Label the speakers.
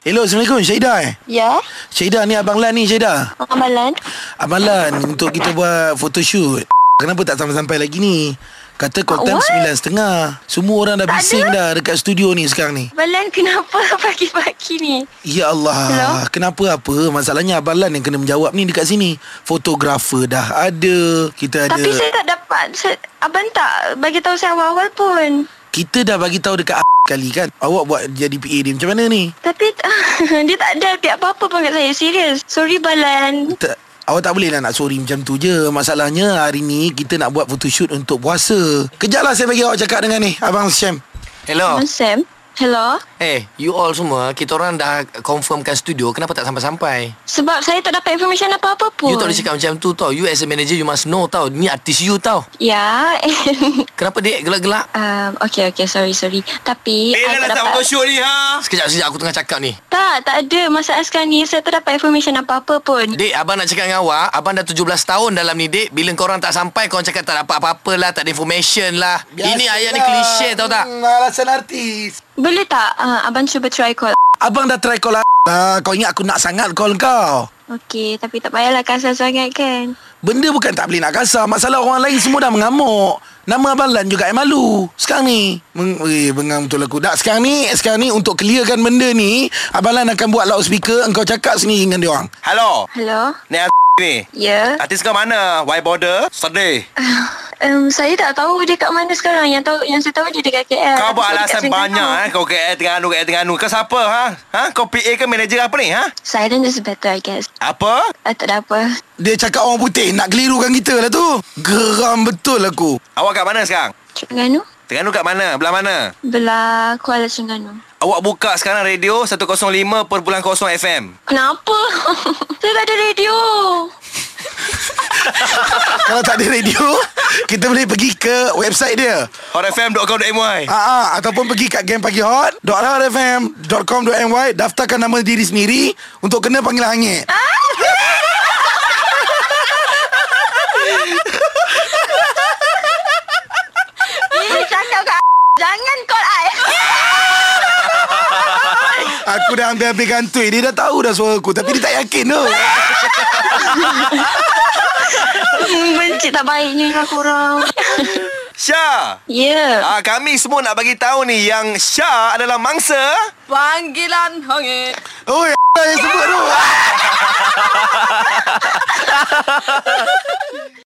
Speaker 1: Hello, Assalamualaikum Syahidah eh?
Speaker 2: Ya,
Speaker 1: Syahidah ni Abang Lan ni Syahidah
Speaker 2: amalan.
Speaker 1: Abang Lan untuk kita buat photoshoot Kenapa tak sampai-sampai lagi ni? Kata call time
Speaker 2: What?
Speaker 1: sembilan setengah Semua orang dah
Speaker 2: Tak
Speaker 1: bising
Speaker 2: ada.
Speaker 1: dah dekat studio ni sekarang ni
Speaker 2: Amalan kenapa pagi-pagi ni?
Speaker 1: Ya Allah
Speaker 2: Hello?
Speaker 1: Kenapa apa Masalahnya Abang Lan yang kena menjawab ni dekat sini Fotografer dah ada Kita ada
Speaker 2: Tapi saya tak dapat. Saya, abang tak bagi tahu saya awal-awal pun.
Speaker 1: Kita dah bagi tahu dekat kali kan Awak buat jadi PA dia macam mana ni?
Speaker 2: Tapi dia tak ada pihak apa-apa pun kat saya. Serius. Sorry Balan.
Speaker 1: tak, Awak tak boleh lah nak sorry macam tu je Masalahnya hari ni kita nak buat photoshoot untuk puasa Kejap lah saya bagi awak cakap dengan ni Abang Syam
Speaker 3: Hello.
Speaker 2: Abang Sam. Hello.
Speaker 3: Eh, hey, you all semua, kita orang dah confirmkan studio, kenapa tak sampai-sampai?
Speaker 2: Sebab saya tak dapat information apa-apa pun.
Speaker 3: You tak boleh cakap macam tu tau. You as a manager, you must know tau. Ni artis you tau.
Speaker 2: Ya.
Speaker 3: Kenapa dia gelak-gelak?
Speaker 2: um, okay, okay. Sorry, sorry. Tapi... I tak dapat...
Speaker 3: ni ha. Sekejap, sekejap aku tengah cakap ni.
Speaker 2: Tak, tak ada. Masalah sekarang ni saya tak dapat information apa-apa pun.
Speaker 3: Dek, abang nak cakap dengan awak, abang dah 17 tahun dalam ni, Dek. Bila korang tak sampai, korang cakap tak dapat apa-apa lah, tak ada information lah. Ini ayat ni klise tau tak?
Speaker 1: hmm, Alasan artis
Speaker 2: Boleh tak uh, abang cuba try call?
Speaker 1: Abang dah try call lah Kau ingat aku nak sangat call kau
Speaker 2: Okey, tapi tak payahlah kasar sangat kan.
Speaker 1: Benda bukan tak boleh nak kasar Masalah orang lain semua dah mengamuk Nama Abang Lan juga yang malu Sekarang ni Meng, eh, Bengang betul aku Tak sekarang ni Sekarang ni untuk clearkan benda ni Abang Lan akan buat loudspeaker Engkau cakap sendiri dengan diorang
Speaker 4: Hello,
Speaker 2: Hello?
Speaker 4: ni as ni.
Speaker 2: Ya.
Speaker 4: Artis kau mana? Why border? Sedih.
Speaker 2: Um, saya tak tahu dia kat mana sekarang. Yang tahu yang saya tahu dia dekat KL.
Speaker 4: Kau buat
Speaker 2: Saya
Speaker 4: alasan
Speaker 2: dekat Terengganu.
Speaker 4: banyak eh. Kau KL Terengganu, KL Terengganu. Kau siapa ha? Ha? Kau PA ke manager apa ni ha?
Speaker 2: Silent is better, I guess.
Speaker 4: Apa?
Speaker 2: Uh, tak ada apa.
Speaker 1: Dia cakap orang putih Nak kelirukan kita lah tu Geram betul aku
Speaker 4: Awak kat mana sekarang?
Speaker 2: Terengganu?
Speaker 4: Terengganu kat mana? Belah mana?
Speaker 2: Belah Kuala Terengganu.
Speaker 4: Awak buka sekarang radio 105.0 FM.
Speaker 2: Kenapa? saya tak ada radio.
Speaker 1: Kalau tak ada radio Kita boleh pergi ke website dia
Speaker 4: hotfm.com.my.
Speaker 1: Ah, ah, Ataupun pergi kat game pagi hot .rfm.com.my Daftarkan nama diri sendiri Untuk kena panggilan hangit
Speaker 2: Eh, cakap kat Jangan call I.
Speaker 1: Aku dah hampir-hampir kantoi Dia dah tahu dah suara aku Tapi dia tak yakin tu
Speaker 2: Hmm, Benci tak baiknya dengan korang.
Speaker 4: Syah.
Speaker 2: Ya. Yeah.
Speaker 4: Ah, kami semua nak bagi tahu ni yang Syah adalah mangsa.
Speaker 5: Panggilan hangit
Speaker 1: Oh yang sebut tu